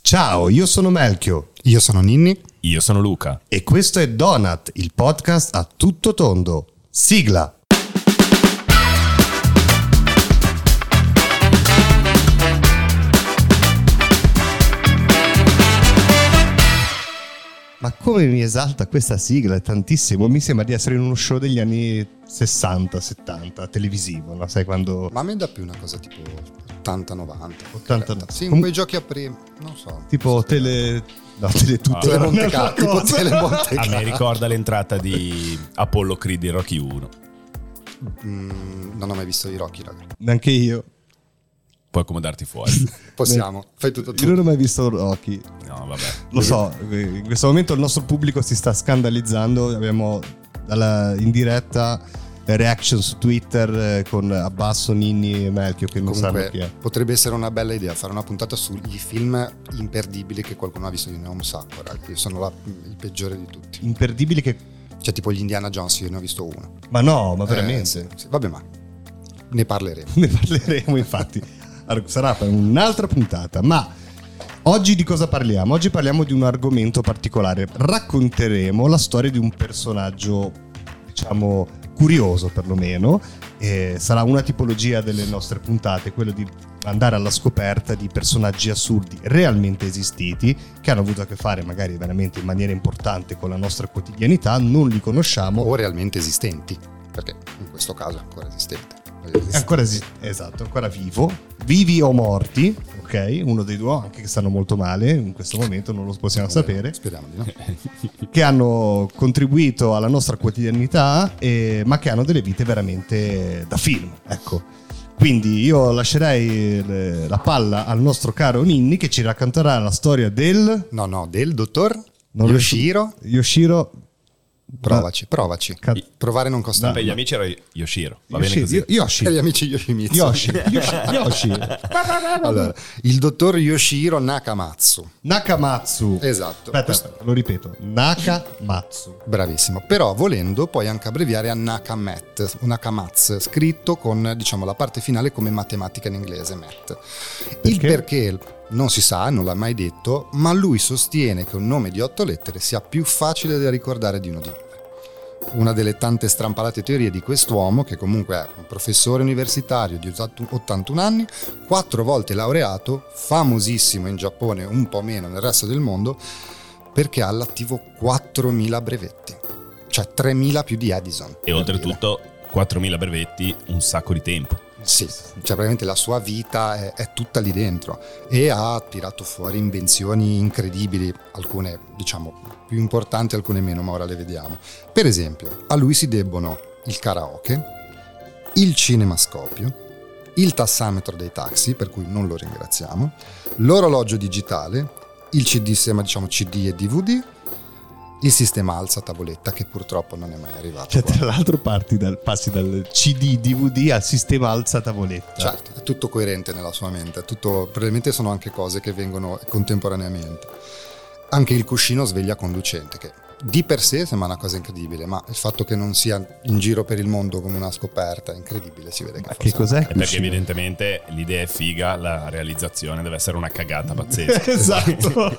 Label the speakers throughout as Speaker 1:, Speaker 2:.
Speaker 1: Ciao, io sono Melchio
Speaker 2: Io sono Ninni.
Speaker 3: Io sono Luca.
Speaker 1: e questo è Donut, il podcast a tutto tondo. Sigla! Ma come mi esalta questa sigla, è tantissimo. Mi sembra di essere in uno show degli anni 60-70, televisivo, no? Sai quando...
Speaker 2: Ma a me dà più una cosa tipo 80-90.
Speaker 1: 80.
Speaker 2: Sì,
Speaker 1: Com-
Speaker 2: quei giochi a prima. Non so.
Speaker 1: Tipo tele... No, teletutto. Ah.
Speaker 3: Tele
Speaker 1: era
Speaker 2: Monte
Speaker 1: un'altra
Speaker 2: Carlo, tipo
Speaker 1: cosa.
Speaker 2: Tele Monte
Speaker 3: A me ricorda l'entrata di Apollo Creed in Rocky 1.
Speaker 2: Mm, non ho mai visto i Rocky, raga.
Speaker 1: Neanche io.
Speaker 3: Puoi accomodarti fuori.
Speaker 2: Possiamo. Fai tutto
Speaker 1: Io
Speaker 2: tu.
Speaker 1: non ho mai visto Rocky.
Speaker 3: No, vabbè.
Speaker 1: Lo so, eh, in questo momento il nostro pubblico si sta scandalizzando. Abbiamo dalla- in diretta le reaction su Twitter eh, con Abbasso, Ninni e Melchio che non sanno chi è.
Speaker 2: Comunque, potrebbe essere una bella idea fare una puntata sugli film imperdibili che qualcuno ha visto. Io ne ho un sacco, raga. Io sono la- il peggiore di tutti.
Speaker 1: Imperdibili che...
Speaker 2: Cioè, tipo gli Indiana Jones, io ne ho visto uno.
Speaker 1: Ma no, ma
Speaker 2: Eh,
Speaker 1: veramente.
Speaker 2: sì, sì. Vabbè, ma ne parleremo.
Speaker 1: Ne parleremo infatti. Allora, Sarà per un'altra puntata, ma oggi di cosa parliamo? Oggi parliamo di un argomento particolare. Racconteremo la storia di un personaggio, diciamo, curioso perlomeno. Eh, sarà una tipologia delle nostre puntate, quello di andare alla scoperta di personaggi assurdi realmente esistiti, che hanno avuto a che fare magari veramente in maniera importante con la nostra quotidianità, non li conosciamo.
Speaker 2: O realmente esistenti, perché in questo caso è ancora esistente.
Speaker 1: È ancora esi- esatto, è ancora vivo, vivi o morti, ok? Uno dei due, anche che stanno molto male in questo momento, non lo possiamo sapere,
Speaker 2: Speriamo di no.
Speaker 1: che hanno contribuito alla nostra quotidianità, eh, ma che hanno delle vite veramente da film, ecco. Quindi io lascerei le- la palla al nostro caro Ninni che ci racconterà la storia del
Speaker 2: No, no, del dottor
Speaker 1: Non
Speaker 2: Yoshiro.
Speaker 1: Yoshiro.
Speaker 2: Provaci, provaci.
Speaker 1: Ca-
Speaker 2: Provare non costa
Speaker 3: Per gli
Speaker 2: nulla.
Speaker 3: amici era Yoshiro. Va bene
Speaker 1: Yoshi,
Speaker 3: così.
Speaker 1: Yoshi,
Speaker 2: Per gli amici Yoshimitsu.
Speaker 1: Yoshi, Yoshi, Yoshi.
Speaker 2: Allora, il dottor Yoshiro Nakamatsu.
Speaker 1: Nakamatsu.
Speaker 2: Esatto.
Speaker 1: Aspetta,
Speaker 2: Questo-
Speaker 1: aspetta, lo ripeto, Nakamatsu.
Speaker 2: Bravissimo. Però volendo puoi anche abbreviare a Nakamet, un Nakamatsu, scritto con diciamo la parte finale come matematica in inglese, Met. Il
Speaker 1: Perché?
Speaker 2: perché non si sa, non l'ha mai detto, ma lui sostiene che un nome di otto lettere sia più facile da ricordare di uno di nove. Una delle tante strampalate teorie di quest'uomo, che comunque è un professore universitario di 81 anni, quattro volte laureato, famosissimo in Giappone, un po' meno nel resto del mondo, perché ha all'attivo 4.000 brevetti, cioè 3.000 più di Edison.
Speaker 3: E oltretutto 4.000 brevetti, un sacco di tempo.
Speaker 2: Sì, cioè praticamente la sua vita è, è tutta lì dentro e ha tirato fuori invenzioni incredibili, alcune diciamo più importanti, alcune meno, ma ora le vediamo. Per esempio, a lui si debbono il karaoke, il cinemascopio, il tassametro dei taxi, per cui non lo ringraziamo, l'orologio digitale, il CD, si chiama diciamo CD e DVD, il sistema alza tavoletta che purtroppo non è mai arrivato.
Speaker 1: Cioè,
Speaker 2: qua.
Speaker 1: tra l'altro parti dal, passi dal CD DVD al sistema alza tavoletta.
Speaker 2: Certo, è tutto coerente nella sua mente, è tutto- probabilmente sono anche cose che vengono contemporaneamente. Anche il cuscino sveglia conducente, che di per sé sembra una cosa incredibile, ma il fatto che non sia in giro per il mondo come una scoperta è incredibile, si vede che, Eh,
Speaker 1: Ma
Speaker 2: forse-
Speaker 1: che cos'è?
Speaker 3: È perché evidentemente l'idea è figa, la realizzazione deve essere una cagata pazzesca.
Speaker 1: esatto.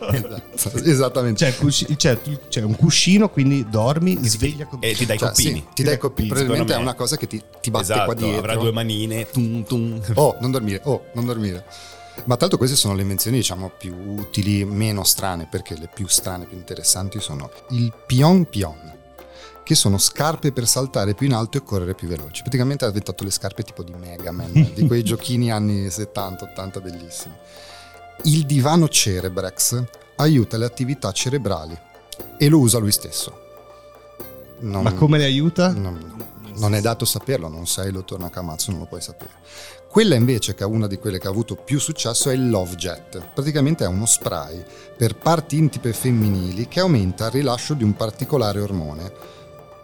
Speaker 2: Esatto, Esattamente.
Speaker 3: Cioè,
Speaker 1: C'è il cusci- c'è- c'è un cuscino, quindi dormi, sveglia con
Speaker 3: E ti dai i
Speaker 2: Cioè, sì,
Speaker 3: coppini.
Speaker 2: ti dai i coppini, probabilmente è
Speaker 3: secondo me.
Speaker 2: una cosa che ti, ti batte
Speaker 3: esatto,
Speaker 2: qua dietro.
Speaker 3: avrà due manine. Tum, tum.
Speaker 2: Oh, non dormire, oh, non dormire. Ma tanto queste sono le invenzioni, diciamo, più utili, meno strane, perché le più strane, più interessanti sono il pion pion, che sono scarpe per saltare più in alto e correre più veloci. Praticamente ha inventato le scarpe tipo di Mega Man, di quei giochini anni 70-80 bellissimi. Il divano Cerebrex aiuta le attività cerebrali e lo usa lui stesso. Non-
Speaker 1: Ma come le aiuta?
Speaker 2: non, non è dato saperlo, non sei lo torna Nakamatsu, non lo puoi sapere. Quella invece che è una di quelle che ha avuto più successo è il Love Jet. Praticamente è uno spray per parti intime femminili che aumenta il rilascio di un particolare ormone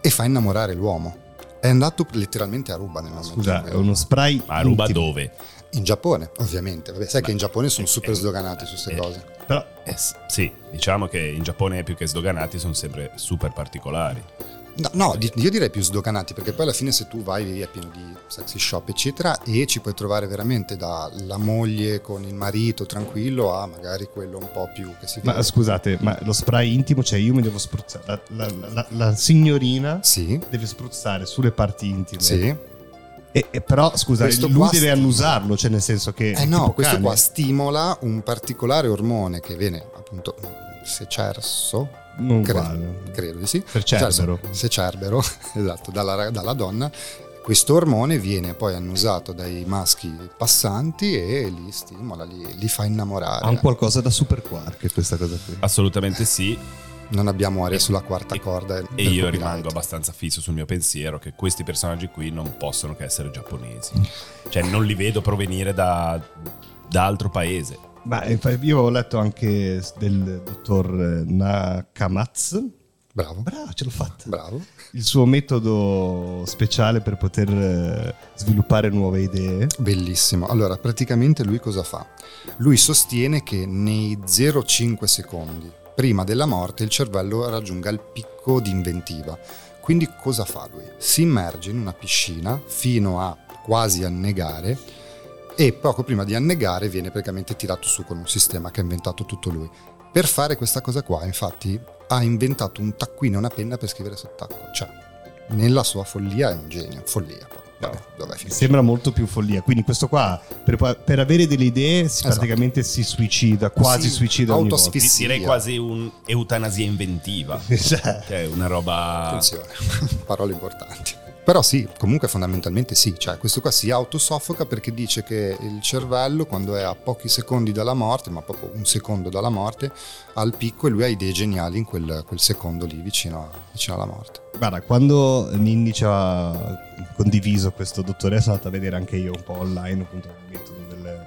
Speaker 2: e fa innamorare l'uomo. È andato letteralmente a ruba nel momento. in
Speaker 1: Scusa,
Speaker 2: cui-
Speaker 1: è uno spray.
Speaker 3: Ma ruba
Speaker 1: intimo.
Speaker 3: dove?
Speaker 2: In Giapone, ovviamente. Vabbè, sai
Speaker 3: Ma-
Speaker 2: che in Giapone sono
Speaker 3: eh,
Speaker 2: super
Speaker 3: eh,
Speaker 2: sdoganati su queste
Speaker 3: eh.
Speaker 2: cose.
Speaker 1: Però
Speaker 3: Eh, s- sì, diciamo che in Giappone più che sdoganati sono sempre super particolari.
Speaker 2: No, no, di- io direi più sdoganati, perché poi alla fine se tu vai lì è pieno di sexy shop, eccetera, e ci puoi trovare veramente dalla moglie con il marito tranquillo a magari quello un po' più che si vede.
Speaker 1: Ma scusate, ma lo spray intimo, cioè io mi devo spruzzare. La, la- la- la signorina
Speaker 2: sì,
Speaker 1: deve spruzzare sulle parti intime.
Speaker 2: sì.
Speaker 1: E, e però, scusa,
Speaker 2: Questo
Speaker 1: lui
Speaker 2: qua
Speaker 1: deve
Speaker 2: st-
Speaker 1: annusarlo, cioè nel senso che...
Speaker 2: Eh no,
Speaker 1: tipo
Speaker 2: questo
Speaker 1: cane.
Speaker 2: qua stimola un particolare ormone che viene appunto secerso,
Speaker 1: Non
Speaker 2: cre-
Speaker 1: uguale.
Speaker 2: credo di sì,
Speaker 1: Per cerbero.
Speaker 2: Secerbero, esatto, dalla, ra- dalla donna. Questo ormone viene poi annusato dai maschi passanti e li stimola, li, li fa innamorare.
Speaker 1: Ha un qualcosa da super quark questa cosa qui.
Speaker 3: Assolutamente sì,
Speaker 2: Non abbiamo aria sulla quarta
Speaker 3: E-
Speaker 2: corda. del
Speaker 3: e io
Speaker 2: copyright.
Speaker 3: rimango abbastanza fisso sul mio pensiero che questi personaggi qui non possono che essere giapponesi.
Speaker 2: Mm.
Speaker 3: Cioè non li vedo provenire da, da altro paese.
Speaker 1: Ma eh, fa- io ho letto anche del dottor eh, Nakamatsu.
Speaker 2: Bravo,
Speaker 1: Bravo, ce l'ho fatta.
Speaker 2: bravo.
Speaker 1: Il suo metodo speciale per poter eh, sviluppare nuove idee.
Speaker 2: Bellissimo. Allora, praticamente lui cosa fa? Lui sostiene che nei 0,5 secondi prima della morte il cervello raggiunga il picco di inventiva. Quindi cosa fa lui? Si immerge in una piscina fino a quasi annegare e poco prima di annegare viene praticamente tirato su con un sistema che ha inventato tutto lui. Per fare questa cosa qua, infatti, ha inventato un taccuino e una penna per scrivere sott'acqua. Cioè, nella sua follia è un genio. Follia. poi. Vabbè, dov'è
Speaker 1: Mi
Speaker 2: finito?
Speaker 1: sembra molto più follia. Quindi questo qua, per, per avere delle idee, si
Speaker 2: Esatto.
Speaker 1: praticamente si suicida, quasi
Speaker 2: Sì,
Speaker 1: suicida ogni volta.
Speaker 2: autoasfissia.
Speaker 3: Di- Direi quasi un'eutanasia inventiva.
Speaker 1: Cioè,
Speaker 3: Cioè una roba...
Speaker 2: Attenzione, parole importanti. Però sì, comunque fondamentalmente sì, cioè questo qua si autosoffoca perché dice che il cervello quando è a pochi secondi dalla morte, ma proprio un secondo dalla morte, ha il picco e lui ha idee geniali in quel, quel secondo lì vicino, a- vicino alla morte.
Speaker 1: Guarda, quando Ninni ci ha condiviso questo dottore, sono andato a vedere anche io un po' online appunto il metodo del,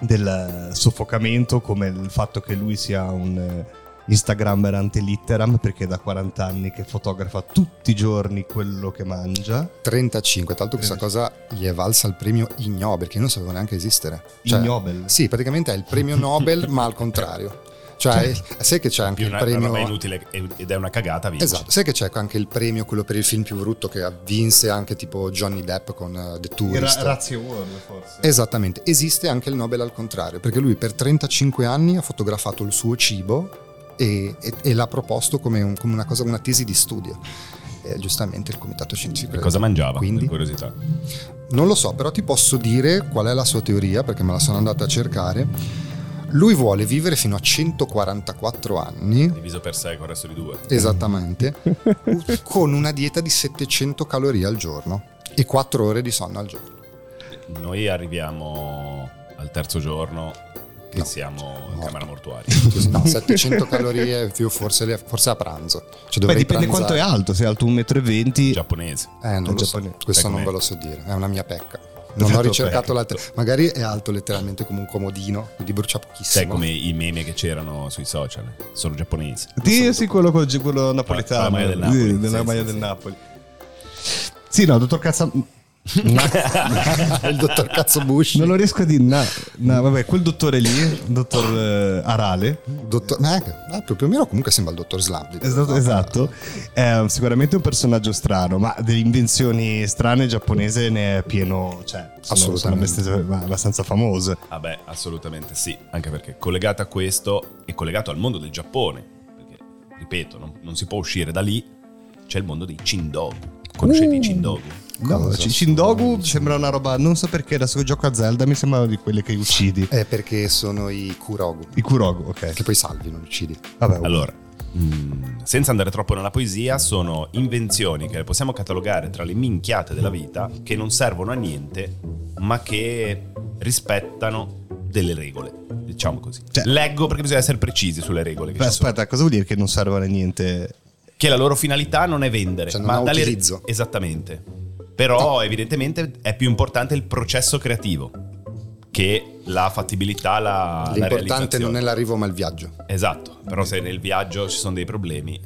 Speaker 1: del soffocamento, come il fatto che lui sia un eh, Instagrammer antelitteram, perché è da 40 anni che fotografa tutti i giorni quello che mangia.
Speaker 2: 35, tra l'altro questa cosa gli è valsa il premio Ig Nobel, perché io non sapevo neanche esistere. Cioè,
Speaker 1: Ignobel.
Speaker 2: Sì, praticamente è il premio Nobel ma al contrario. Cioè, sai che c'è anche
Speaker 3: Più
Speaker 2: il
Speaker 3: una, una
Speaker 2: premio...
Speaker 3: roba inutile e- ed è una cagata vince.
Speaker 2: Esatto, sai che c'è anche il premio, quello per il film più brutto che vinse anche tipo Johnny Depp con eh, The Tourist.
Speaker 1: Era Razzie World forse.
Speaker 2: Esattamente, esiste anche il Nobel al contrario, perché lui per 35 anni ha fotografato il suo cibo e, e- e l'ha proposto come, un- come una, cosa, una tesi di studio. Eh, giustamente il comitato scientifico.
Speaker 3: Che cosa mangiava?
Speaker 2: Quindi?
Speaker 3: Per curiosità.
Speaker 2: Non lo so, però ti posso dire qual è la sua teoria, perché me la sono andata a cercare. Lui vuole vivere fino a 144 anni
Speaker 3: Diviso per 6 con il resto di due.
Speaker 2: Esattamente, con una dieta di 700 calorie al giorno e 4 ore di sonno al giorno.
Speaker 3: Noi arriviamo al terzo giorno che
Speaker 2: No.
Speaker 3: siamo in
Speaker 2: Morto.
Speaker 3: camera mortuaria.
Speaker 2: Scusi, no, 700 calorie più forse, le- forse a pranzo. Cioè
Speaker 1: Beh,
Speaker 2: dovrei
Speaker 1: dipende quanto è
Speaker 2: pranzare-
Speaker 1: alto, se è alto 1,20 m.
Speaker 3: Giapponese.
Speaker 2: Eh, non
Speaker 1: È
Speaker 2: lo so,
Speaker 1: giapponese.
Speaker 2: questo
Speaker 3: Sai
Speaker 2: non
Speaker 1: ecco.
Speaker 2: ve
Speaker 3: com'è?
Speaker 2: lo so dire, è una mia pecca. Non
Speaker 1: Esatto,
Speaker 2: ho
Speaker 1: pecca.
Speaker 2: ricercato la... te- magari è alto letteralmente come un comodino, quindi brucia pochissimo.
Speaker 3: Sai come i meme che c'erano sui social? Sono giapponesi.
Speaker 1: Sì, sì, quello, con- quello napoletano.
Speaker 3: la maglia del
Speaker 1: Sì,
Speaker 3: Napoli.
Speaker 1: della
Speaker 3: Sì,
Speaker 1: maglia
Speaker 3: sì,
Speaker 1: del
Speaker 3: sì.
Speaker 1: Napoli. Sì, no, dottor Cazza...
Speaker 2: il dottor Cazzo Bush.
Speaker 1: Non lo riesco a dire. No,
Speaker 3: Mm.
Speaker 1: no, vabbè, quel dottore lì, dottor eh, Arale,
Speaker 2: Dottor... eh, eh, più più o meno comunque sembra il dottor Slabdi.
Speaker 1: esatto, esatto, è sicuramente un personaggio strano, ma delle invenzioni strane giapponese ne è pieno, cioè, sono, sono
Speaker 2: Assolutamente.
Speaker 1: abbastanza, ma abbastanza famose.
Speaker 3: Vabbè, Ah assolutamente sì. Anche perché collegato a questo e collegato al mondo del Giappone. Perché, ripeto, non, non si può uscire da lì. C'è il mondo dei Chindogu. Conoscete i Chindogu?
Speaker 1: No,
Speaker 2: Cosa
Speaker 1: C-
Speaker 2: sono
Speaker 1: Shindogu
Speaker 2: i
Speaker 1: sembra una roba, non so perché, adesso che gioco a Zelda mi sembra di quelle che uccidi.
Speaker 2: È Eh, perché sono i Kurogu,
Speaker 1: I Kurogu,
Speaker 2: che
Speaker 1: ok.
Speaker 2: poi salvi, non uccidi.
Speaker 1: Vabbè,
Speaker 3: Allora, mm, senza andare troppo nella poesia, sono invenzioni che le possiamo catalogare tra le minchiate della vita che non servono a niente, ma che rispettano delle regole. Diciamo così.
Speaker 1: Cioè-
Speaker 3: Leggo perché bisogna essere precisi sulle regole. Che,
Speaker 1: beh,
Speaker 3: ci sono.
Speaker 1: aspetta, cosa vuol dire che non servono a niente?
Speaker 3: Che la loro finalità non è vendere,
Speaker 2: Cioè, non
Speaker 3: ma
Speaker 2: ha
Speaker 3: dalle-
Speaker 2: utilizzo.
Speaker 3: Esattamente. Però, evidentemente, è più importante il processo creativo che la fattibilità, la, la
Speaker 2: L'importante non
Speaker 3: realizzazione.
Speaker 2: è l'arrivo ma il viaggio.
Speaker 3: Esatto, però se nel viaggio ci sono dei problemi,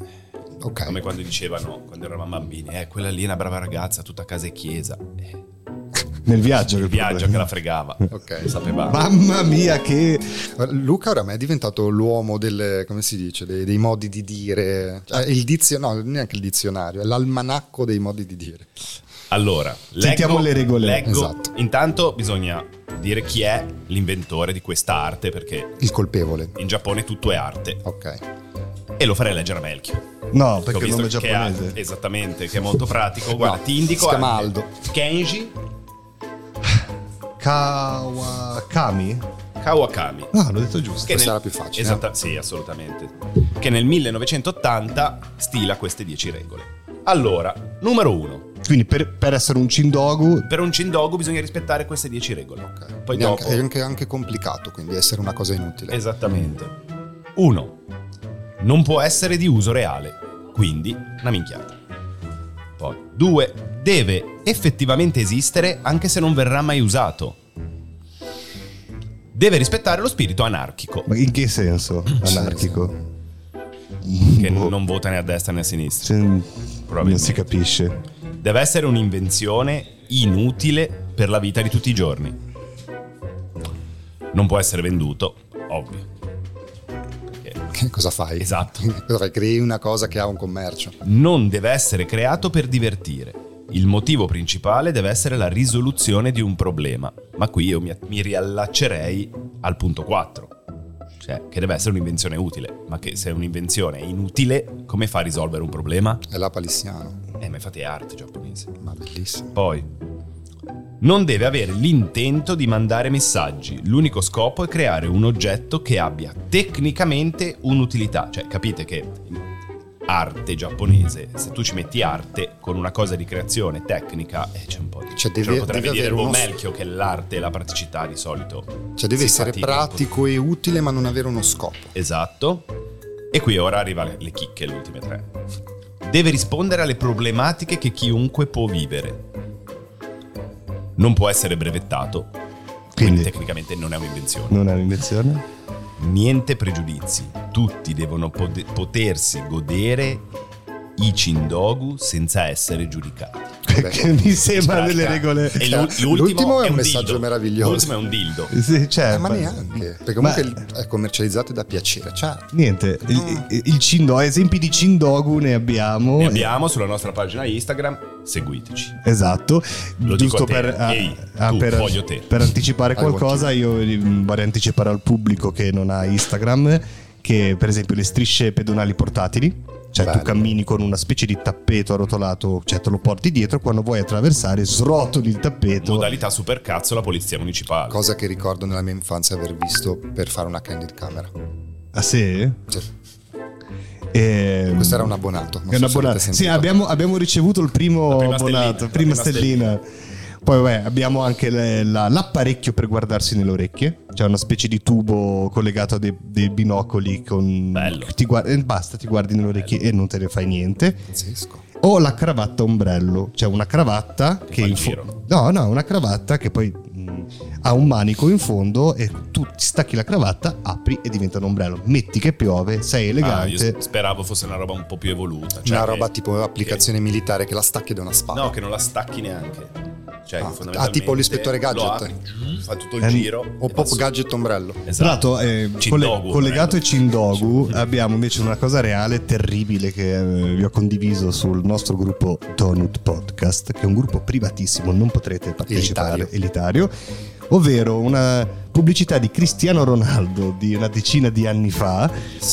Speaker 2: Ok.
Speaker 3: Come quando dicevano, quando eravamo bambini, eh, quella lì è una brava ragazza, tutta casa e chiesa. Eh,
Speaker 1: Nel viaggio. che
Speaker 3: Il viaggio che
Speaker 1: problema.
Speaker 3: la fregava.
Speaker 2: Ok.
Speaker 3: Lo sapevamo.
Speaker 1: Mamma mia che...
Speaker 2: Luca oramai è diventato l'uomo del, come si dice, dei, dei modi di dire. Cioè, il dizionario, no, neanche il dizionario, è l'almanacco dei modi di dire.
Speaker 3: Allora, leggo,
Speaker 1: Sentiamo le regole.
Speaker 3: leggo.
Speaker 2: Esatto.
Speaker 3: Intanto bisogna dire chi è l'inventore di questa arte, perché
Speaker 2: Il colpevole.
Speaker 3: in Giappone tutto è arte.
Speaker 2: Ok.
Speaker 3: E lo farei leggere a Melchio.
Speaker 1: No,
Speaker 3: Che ho
Speaker 1: perché il
Speaker 3: visto
Speaker 1: nome è
Speaker 3: che
Speaker 1: giapponese.
Speaker 3: ha- esattamente, che è molto pratico. Guarda,
Speaker 2: No,
Speaker 3: ti indico.
Speaker 2: si chiama
Speaker 3: anche
Speaker 2: Aldo.
Speaker 3: Kenji
Speaker 1: Kawakami?
Speaker 3: Kawakami.
Speaker 1: No, l'ho detto giusto.
Speaker 3: Che
Speaker 2: Questa era più facile, eh.
Speaker 3: Esatta- Sì, assolutamente. Che nel 1980 stila queste 10 regole. Allora, numero 1.
Speaker 1: Quindi per, per essere un Cindogu
Speaker 3: Per un Cindogu bisogna rispettare queste 10 regole.
Speaker 2: ok.
Speaker 3: Poi
Speaker 2: Neanche-
Speaker 3: dopo.
Speaker 2: È anche, anche complicato, quindi essere una cosa inutile.
Speaker 3: Esattamente. 1. Non può essere di uso reale, quindi una minchiata. Poi 2. Deve effettivamente esistere anche se non verrà mai usato. Deve rispettare lo spirito anarchico,
Speaker 1: Ma in che senso? Anarchico?
Speaker 3: che non vota né a destra né a sinistra.
Speaker 1: Cioè, non si capisce.
Speaker 3: Deve essere un'invenzione inutile per la vita di tutti i giorni. Non può essere venduto, ovvio. Perché-
Speaker 2: Che cosa fai?
Speaker 3: Esatto.
Speaker 2: Cosa fai? Crei una cosa che ha un commercio.
Speaker 3: non deve essere creato per divertire. Il motivo principale deve essere la risoluzione di un problema. Ma qui io mi, mi riallaccerei al punto 4. Cioè, che deve essere un'invenzione utile. Ma che se un'invenzione è inutile, come fa a risolvere un problema?
Speaker 2: È la palissiano.
Speaker 3: Eh, ma infatti è arte giapponese.
Speaker 2: Ma bellissimo.
Speaker 3: Poi, non deve avere l'intento di mandare messaggi. L'unico scopo è creare un oggetto che abbia tecnicamente un'utilità. Cioè, capite che arte giapponese, se tu ci metti arte con una cosa di creazione tecnica, eh, c'è un po' di...
Speaker 2: Cioè, deve-
Speaker 3: ce lo potrebbe
Speaker 2: deve
Speaker 3: dire
Speaker 2: avere uno-
Speaker 3: Melchio che l'arte e la praticità di solito.
Speaker 2: Cioè deve
Speaker 3: si
Speaker 2: essere
Speaker 3: fatica un po' di-
Speaker 2: pratico e utile ma non avere uno scopo.
Speaker 3: Esatto. E qui ora arriva le, le chicche, le ultime tre. Deve rispondere alle problematiche che chiunque può vivere. Non può essere brevettato, quindi,
Speaker 1: Quindi-
Speaker 3: tecnicamente non è un'invenzione.
Speaker 1: Non è un'invenzione?
Speaker 3: Niente pregiudizi, tutti devono pode- potersi godere i Cindogu senza essere giudicati.
Speaker 1: Perché mi sembra
Speaker 3: Aspetta.
Speaker 1: delle regole...
Speaker 3: E l'u- l'ultimo,
Speaker 2: L'ultimo è un messaggio
Speaker 3: dildo.
Speaker 2: meraviglioso.
Speaker 3: L'ultimo è un dildo.
Speaker 1: Sì, cioè,
Speaker 2: Eh, ma
Speaker 1: ma-
Speaker 2: neanche. Perché
Speaker 1: Ma-
Speaker 2: comunque è commercializzato e da piacere. Cioè,
Speaker 1: Niente,
Speaker 2: No.
Speaker 1: il, il cindo- esempi di Cindogu ne abbiamo.
Speaker 2: eh.
Speaker 3: Ne abbiamo sulla nostra pagina Instagram, seguiteci.
Speaker 1: Esatto,
Speaker 3: Lo
Speaker 1: giusto
Speaker 3: dico a te.
Speaker 1: per, ah,
Speaker 3: Ehi,
Speaker 1: ah,
Speaker 3: tu,
Speaker 1: per-
Speaker 3: voglio te.
Speaker 1: per anticipare
Speaker 2: I
Speaker 1: qualcosa, io mm, vorrei anticipare al pubblico che non ha Instagram che per esempio le strisce pedonali portatili, cioè tu
Speaker 2: Bello.
Speaker 1: cammini con una specie di tappeto arrotolato, cioè te lo porti dietro, quando vuoi attraversare srotoli il tappeto.
Speaker 3: Modalità supercazzo la polizia municipale.
Speaker 2: cosa che ricordo nella mia infanzia aver visto per fare una candid camera.
Speaker 1: Ah sì?
Speaker 2: Cioè,
Speaker 1: Ehm,
Speaker 2: questo era un abbonato. non
Speaker 1: È
Speaker 2: so
Speaker 1: una
Speaker 2: se
Speaker 1: buona-
Speaker 2: avete
Speaker 1: Sì,
Speaker 2: sentito.
Speaker 1: abbiamo, abbiamo ricevuto il primo
Speaker 3: La prima
Speaker 1: abbonato,
Speaker 3: stellina,
Speaker 1: prima
Speaker 3: la prima
Speaker 1: stellina. Poi vabbè, abbiamo anche le- la- l'apparecchio per guardarsi nelle orecchie, c'è una specie di tubo collegato a dei, dei binocoli con...
Speaker 3: Bello.
Speaker 1: Ti guard- e basta, ti guardi nelle orecchie e non te ne fai niente.
Speaker 2: Pazzesco.
Speaker 1: O la cravatta ombrello, cioè una cravatta che...
Speaker 3: fa il
Speaker 1: in fo-
Speaker 3: giro.
Speaker 1: no, no, una cravatta che poi mh, ha un manico in fondo e tu ti stacchi la cravatta, apri e diventa un ombrello. Metti che piove, sei
Speaker 3: Ah, io
Speaker 1: elegante.
Speaker 3: s- speravo fosse una roba un po' più evoluta. cioè
Speaker 2: una
Speaker 3: che-
Speaker 2: roba tipo applicazione militare che la stacchi da una
Speaker 3: che-
Speaker 2: spada.
Speaker 3: no, che non la stacchi neanche. Cioè,
Speaker 2: Ah, ah,
Speaker 3: fondamentalmente
Speaker 2: tipo l'ispettore
Speaker 3: lo
Speaker 2: Gadget. Eh,
Speaker 3: apri, giù, fa tutto il
Speaker 1: Ehm,
Speaker 3: giro.
Speaker 2: o
Speaker 3: e
Speaker 2: pop
Speaker 3: va su.
Speaker 2: gadget ombrello.
Speaker 1: Tra
Speaker 3: Esatto.
Speaker 1: l'altro, eh,
Speaker 3: Cindogu,
Speaker 1: colle- collegato ai Cindogu, abbiamo invece una cosa reale terribile che eh, vi ho condiviso sul nostro gruppo Donut Podcast, che è un gruppo privatissimo, non potrete partecipare, elitario, ovvero una pubblicità di Cristiano Ronaldo di una decina di anni fa,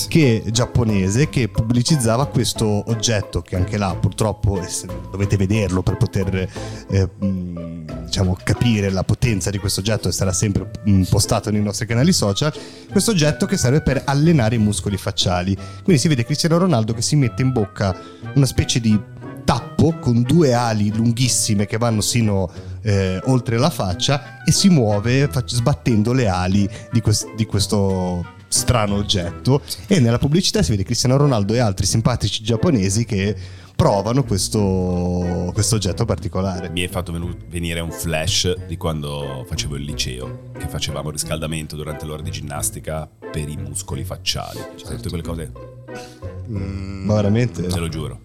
Speaker 1: che giapponese, che pubblicizzava questo oggetto che anche là purtroppo eh, se- dovete vederlo per poter eh, mh, diciamo, capire la potenza di questo oggetto e sarà sempre mh, postato nei nostri canali social, questo oggetto che serve per allenare i muscoli facciali. Quindi si vede Cristiano Ronaldo che si mette in bocca una specie di tappo con due ali lunghissime che vanno sino eh, oltre la faccia e si muove fac- sbattendo le ali di, quest- di questo strano oggetto e nella pubblicità si vede Cristiano Ronaldo e altri simpatici giapponesi che provano questo, questo oggetto particolare.
Speaker 3: Mi è fatto venu- venire un flash di quando facevo il liceo, che facevamo riscaldamento durante l'ora di ginnastica per i muscoli facciali. Cioè, tutte quelle cose,
Speaker 2: Mm,
Speaker 1: Ma veramente?
Speaker 3: te lo giuro.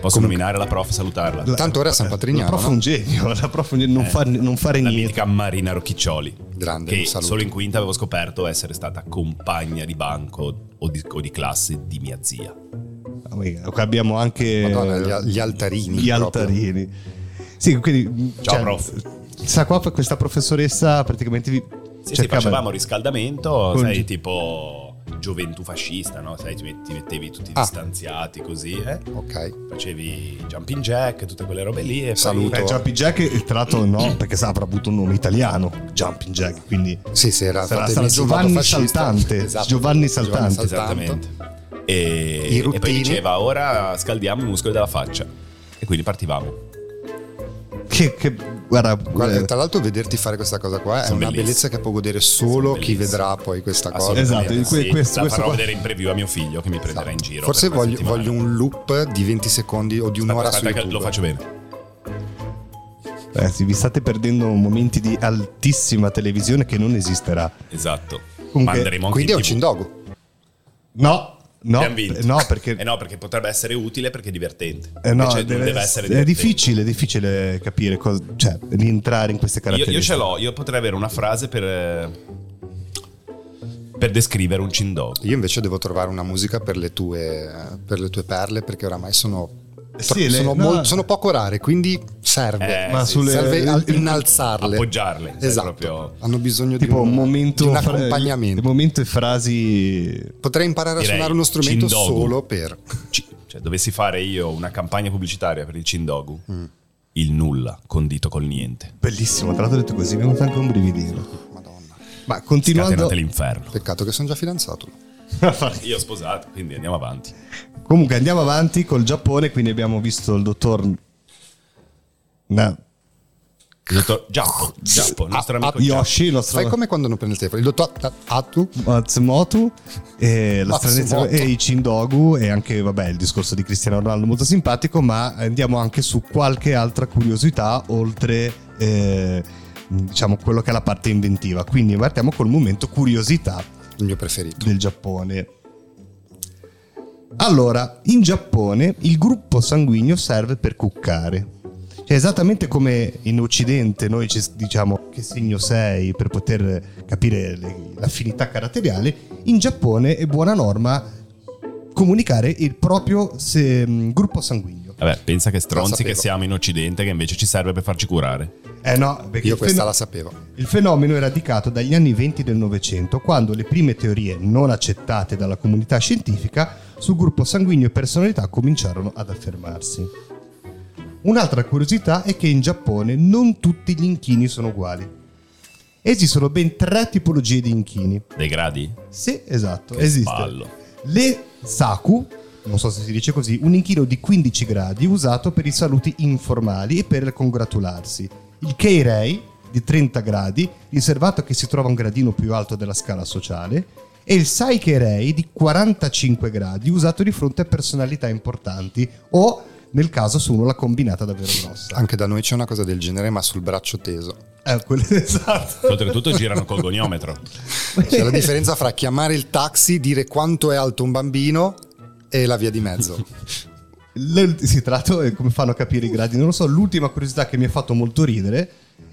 Speaker 3: Posso
Speaker 2: Comunque-
Speaker 3: nominare la prof, salutarla. La,
Speaker 2: Tanto ora è San
Speaker 1: La
Speaker 2: Patrignano.
Speaker 1: prof è
Speaker 2: no? Eh,
Speaker 1: un genio, la prof è un genio, non, fa- non fare niente.
Speaker 3: mitica Marina Rocchiccioli.
Speaker 2: Grande,
Speaker 3: Che
Speaker 2: un saluto.
Speaker 3: solo in quinta avevo scoperto essere stata compagna di banco o di, o di classe di mia zia.
Speaker 1: Ah, mica, Qua abbiamo anche
Speaker 2: Madonna, gli al- gli altarini
Speaker 1: Gli
Speaker 2: proprio.
Speaker 1: altarini. Sì, quindi
Speaker 3: Ciao, prof.
Speaker 1: Sa qua questa professoressa praticamente vi
Speaker 3: Sì, sì,
Speaker 1: cercava-
Speaker 3: facevamo riscaldamento,
Speaker 1: Con-
Speaker 3: sai, tipo gioventù fascista, no? Sai, ti met- ti mettevi tutti
Speaker 2: Ah.
Speaker 3: distanziati così, eh?
Speaker 2: Ok.
Speaker 3: Facevi jumping jack, tutte quelle robe lì e poi- Eh,
Speaker 2: Saluto.
Speaker 1: Beh, Jumping Jack, eh, tra l'altro no, perché sa, avrà avuto un nome italiano, Jumping Jack, quindi
Speaker 2: Sì, sì, era,
Speaker 1: Sarà-
Speaker 2: fatemi
Speaker 1: sarà
Speaker 2: il soldato
Speaker 1: Giovanni
Speaker 2: fascista. Esatto.
Speaker 1: Saltante. Giovanni Saltante.
Speaker 3: Esattamente.
Speaker 2: I
Speaker 3: E, e poi
Speaker 2: ruttini.
Speaker 3: diceva ora scaldiamo i muscoli della faccia. E quindi partivamo.
Speaker 1: che, che- guarda,
Speaker 2: Guarda,
Speaker 1: eh,
Speaker 2: tra l'altro vederti fare questa cosa qua è
Speaker 3: Sono
Speaker 2: una
Speaker 3: bellissime.
Speaker 2: bellezza che può godere solo
Speaker 3: Sono
Speaker 2: chi
Speaker 3: bellissime.
Speaker 2: vedrà poi questa cosa.
Speaker 3: Assolutamente
Speaker 1: Esatto, in que-
Speaker 3: sì.
Speaker 1: questo-
Speaker 3: La
Speaker 1: questo
Speaker 3: farò
Speaker 1: qua.
Speaker 3: vedere in preview a mio figlio che mi prenderà in giro.
Speaker 2: Forse
Speaker 3: per una
Speaker 2: voglio,
Speaker 3: settimana.
Speaker 2: voglio un loop di 20 secondi o di
Speaker 3: Aspetta,
Speaker 2: un'ora
Speaker 3: aspetta
Speaker 2: su
Speaker 3: che
Speaker 2: YouTube.
Speaker 3: lo faccio bene.
Speaker 1: ragazzi, eh, vi state perdendo momenti di altissima televisione che non esisterà.
Speaker 3: Esatto.
Speaker 1: Comunque,
Speaker 3: Ma andremo anche
Speaker 2: Quindi è
Speaker 3: in
Speaker 2: un
Speaker 3: TV.
Speaker 2: cindogo.
Speaker 1: No, no,
Speaker 3: Abbiamo vinto.
Speaker 1: eh, no, perché
Speaker 3: Eh no, perché potrebbe essere utile perché è divertente.
Speaker 1: eh, no,
Speaker 3: Invece
Speaker 1: deve-
Speaker 3: non deve essere
Speaker 1: è
Speaker 3: divertente.
Speaker 1: difficile, è difficile capire cosa, cioè rientrare in queste
Speaker 3: Io, io
Speaker 1: caratteristiche.
Speaker 3: ce l'ho, io potrei avere una frase per, eh, per descrivere un cindogo.
Speaker 2: Io invece devo trovare una musica per le tue, per le tue perle perché oramai sono,
Speaker 1: Eh Sì, le-
Speaker 2: sono,
Speaker 1: no.
Speaker 2: mol- sono poco rare, quindi serve.
Speaker 3: Eh,
Speaker 1: Ma
Speaker 3: sì,
Speaker 1: sulle-
Speaker 2: serve a- innalzarle.
Speaker 3: Appoggiarle. sai,
Speaker 2: Esatto.
Speaker 3: proprio-
Speaker 2: Hanno bisogno di
Speaker 1: tipo
Speaker 2: un,
Speaker 1: momento
Speaker 2: di un
Speaker 1: fra-
Speaker 2: accompagnamento.
Speaker 1: momento e frasi
Speaker 2: Potrei imparare a
Speaker 3: Direi
Speaker 2: suonare uno strumento
Speaker 3: cindogo.
Speaker 2: solo per...
Speaker 3: ci- cioè, dovessi fare io una campagna pubblicitaria per il cindogu,
Speaker 1: Mm.
Speaker 3: il nulla condito col niente.
Speaker 1: bellissimo, tra l'altro ho detto così, mi è venuto anche un brividino.
Speaker 2: Madonna.
Speaker 1: Ma continuando
Speaker 3: Scatenate l'inferno.
Speaker 2: Peccato che sono già fidanzato.
Speaker 1: a fare
Speaker 3: Io ho sposato, quindi andiamo avanti.
Speaker 1: Comunque andiamo avanti col Giappone, quindi abbiamo visto il dottor... Na-
Speaker 3: Il dottor Giappo, Giappo, il nostro
Speaker 2: Ah,
Speaker 3: amico
Speaker 2: ah,
Speaker 3: Giappo.
Speaker 1: Yoshi, il nostro
Speaker 2: Fai come quando non prende il telefono. Il dottor Ta- Atu
Speaker 1: Matsumoto, e la
Speaker 2: Matsumoto.
Speaker 1: stranezza e i Chindogu e anche vabbè, il discorso di Cristiano Ronaldo molto simpatico, ma andiamo anche su qualche altra curiosità oltre... eh, diciamo quello che è la parte inventiva quindi partiamo col momento curiosità
Speaker 2: il mio preferito.
Speaker 1: del Giappone. Allora, in Giappone il gruppo sanguigno serve per cuccare. Cioè, esattamente come in Occidente noi ci s- diciamo che segno sei per poter capire le- l'affinità caratteriale, in Giappone è buona norma comunicare il proprio se- mh, gruppo sanguigno.
Speaker 3: Vabbè, pensa che stronzi
Speaker 2: sapevo.
Speaker 3: che siamo in Occidente che invece ci serve per farci curare.
Speaker 1: Eh no, perché
Speaker 2: Io
Speaker 1: il
Speaker 2: questa
Speaker 1: feno-
Speaker 2: la sapevo.
Speaker 1: Il fenomeno è radicato dagli anni 20 del Novecento, quando le prime teorie non accettate dalla comunità scientifica sul gruppo sanguigno e personalità cominciarono ad affermarsi. Un'altra curiosità è che in Giappone non tutti gli inchini sono uguali. Esistono ben tre tipologie di inchini.
Speaker 3: Dei gradi?
Speaker 1: Sì, esatto,
Speaker 3: Che
Speaker 1: esiste.
Speaker 3: ballo.
Speaker 1: Le Saku, non so se si dice così, un inchino di 15 gradi usato per i saluti informali e per congratularsi. Il Keirei di 30 gradi, riservato a chi si trova un gradino più alto della scala sociale. E il Saikeirei di 45 gradi, usato di fronte a personalità importanti o nel caso su uno la combinata davvero grossa.
Speaker 2: Anche da noi c'è una cosa del genere, ma sul braccio teso.
Speaker 1: Eh, quello esatto.
Speaker 3: Oltretutto girano col goniometro. Cioè,
Speaker 2: C'è la differenza fra chiamare il taxi, dire quanto è alto un bambino e la via di mezzo.
Speaker 1: Le- Sì, tra l'altro, eh, come fanno a capire i gradi? Non lo so. L'ultima curiosità che mi ha fatto molto ridere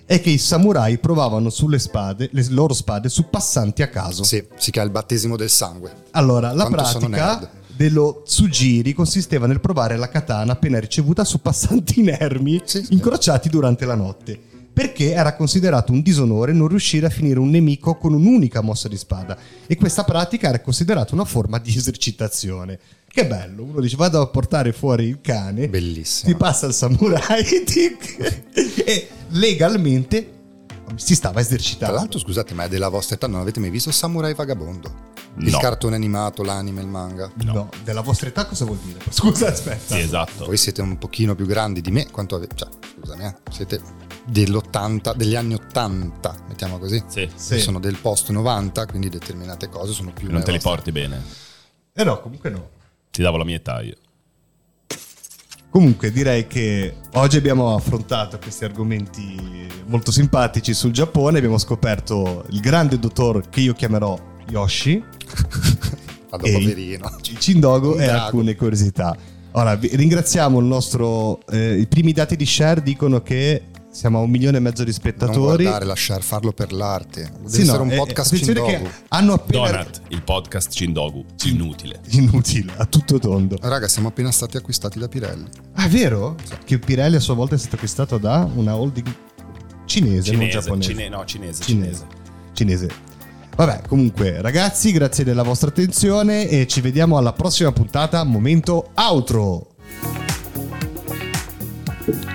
Speaker 1: è che i samurai provavano sulle spade, le loro spade, su passanti a caso.
Speaker 2: Sì, si chiama il battesimo del sangue.
Speaker 1: Allora, la
Speaker 2: Quanto sono nerd.
Speaker 1: pratica dello tsugiri consisteva nel provare la katana appena ricevuta su passanti inermi
Speaker 2: Sì, sì.
Speaker 1: incrociati durante la notte. Perché era considerato un disonore non riuscire a finire un nemico con un'unica mossa di spada. E questa pratica era considerata una forma di esercitazione. Che bello, uno dice vado a portare fuori il cane,
Speaker 2: Bellissimo.
Speaker 1: ti passa il samurai ti- e legalmente si stava
Speaker 2: Tra
Speaker 1: esercitando.
Speaker 2: l'altro, scusate, ma è della vostra età, non avete mai visto Samurai Vagabondo? Il
Speaker 3: No.
Speaker 2: cartone animato, l'anime, il manga.
Speaker 1: No. della vostra età cosa vuol dire? Scusa, aspetta.
Speaker 3: Sì, esatto.
Speaker 2: Voi siete un pochino più grandi di me, quanto avete... Cioè, scusami, eh, siete dell'80, degli anni 80, mettiamo così.
Speaker 3: Sì.
Speaker 1: Sì.
Speaker 2: Sono del post 90, quindi determinate cose sono più...
Speaker 3: Non te li
Speaker 2: vostre.
Speaker 3: porti bene.
Speaker 1: Eh no, comunque no.
Speaker 3: Ti davo la mia età io.
Speaker 1: Comunque direi che oggi abbiamo affrontato questi argomenti molto simpatici sul Giappone, abbiamo scoperto il grande dottor che io chiamerò Yoshi,
Speaker 2: Vado
Speaker 1: Ehi.
Speaker 2: Ah, poverino.
Speaker 1: il Cindogo
Speaker 2: Un
Speaker 1: e
Speaker 2: drago.
Speaker 1: alcune curiosità. Ora, vi- ringraziamo il nostro... eh, I primi dati di share dicono che siamo a un milione e mezzo di
Speaker 2: Non
Speaker 1: spettatori.
Speaker 2: guardare, lasciar farlo per l'arte. Deve
Speaker 1: Sì, no,
Speaker 2: essere un
Speaker 1: eh,
Speaker 2: podcast
Speaker 1: attenzione
Speaker 2: Cindogu.
Speaker 1: che hanno appena...
Speaker 3: Donut, il podcast Cindogu, inutile.
Speaker 1: Inutile, a tutto tondo.
Speaker 2: Raga, siamo appena stati acquistati da Pirelli.
Speaker 1: Ah, è vero? Che Pirelli a sua volta è stato acquistato da una holding cinese, non
Speaker 3: Cinese,
Speaker 1: giapponese.
Speaker 3: cine- no, cinese,
Speaker 1: Cinese.
Speaker 3: cinese.
Speaker 1: Cinese. Vabbè, comunque, ragazzi, grazie della vostra attenzione e ci vediamo alla prossima puntata. Momento outro.